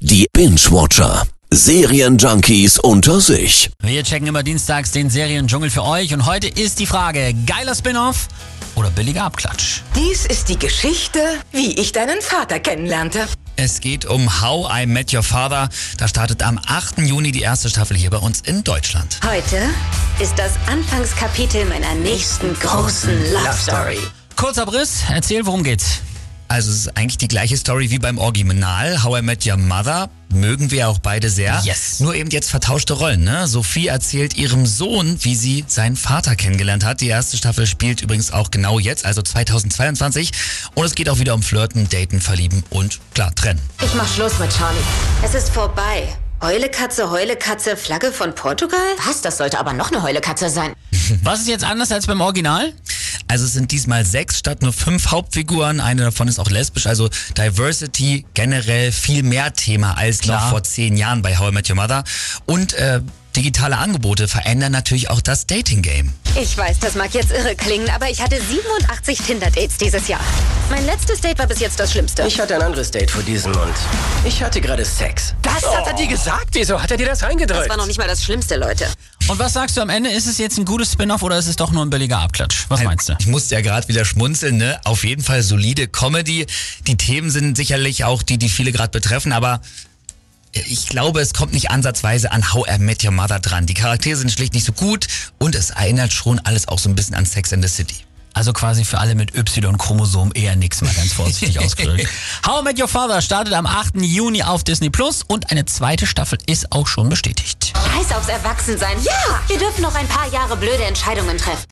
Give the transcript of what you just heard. Die Binge-Watcher. Serienjunkies unter sich. Wir checken immer dienstags den Seriendschungel für euch und heute ist die Frage, geiler Spin-off oder billiger Abklatsch? Dies ist die Geschichte, wie ich deinen Vater kennenlernte. Es geht um How I Met Your Father. Da startet am 8. Juni die erste Staffel hier bei uns in Deutschland. Heute ist das Anfangskapitel meiner nächsten großen Love Story. Kurzer Briss, erzähl, worum geht's? Also es ist eigentlich die gleiche Story wie beim Original. How I Met Your Mother mögen wir auch beide sehr. Yes. Nur eben jetzt vertauschte Rollen. Ne? Sophie erzählt ihrem Sohn, wie sie seinen Vater kennengelernt hat. Die erste Staffel spielt übrigens auch genau jetzt, also 2022. Und es geht auch wieder um Flirten, Daten, Verlieben und klar, Trennen. Ich mach Schluss mit Charlie. Es ist vorbei. Heulekatze, Heulekatze, Flagge von Portugal? Was? Das sollte aber noch eine Heulekatze sein. Was ist jetzt anders als beim Original? Also es sind diesmal sechs statt nur fünf Hauptfiguren. Eine davon ist auch lesbisch. Also Diversity generell viel mehr Thema als noch Klar. vor zehn Jahren bei How I Met Your Mother. Und äh, digitale Angebote verändern natürlich auch das Dating-Game. Ich weiß, das mag jetzt irre klingen, aber ich hatte 87 Tinder-Dates dieses Jahr. Mein letztes Date war bis jetzt das Schlimmste. Ich hatte ein anderes Date vor diesem und ich hatte gerade Sex. Das hat er dir gesagt? Wieso hat er dir das reingedrückt? das war noch nicht mal das Schlimmste, Leute. Und was sagst du am Ende? Ist es jetzt ein gutes Spin-off oder ist es doch nur ein billiger Abklatsch? Was meinst du? Ich musste ja gerade wieder schmunzeln, ne? Auf jeden Fall solide Comedy. Die Themen sind sicherlich auch die, die viele gerade betreffen, aber ich glaube, es kommt nicht ansatzweise an How I Met Your Mother dran. Die Charaktere sind schlicht nicht so gut und es erinnert schon alles auch so ein bisschen an Sex in the City. Also quasi für alle mit Y-Chromosom eher nix, mal ganz vorsichtig ausgedrückt. How I Met Your Father startet am 8. Juni auf Disney Plus und eine zweite Staffel ist auch schon bestätigt. Scheiß aufs Erwachsensein. Ja! Wir dürfen noch ein paar Jahre blöde Entscheidungen treffen.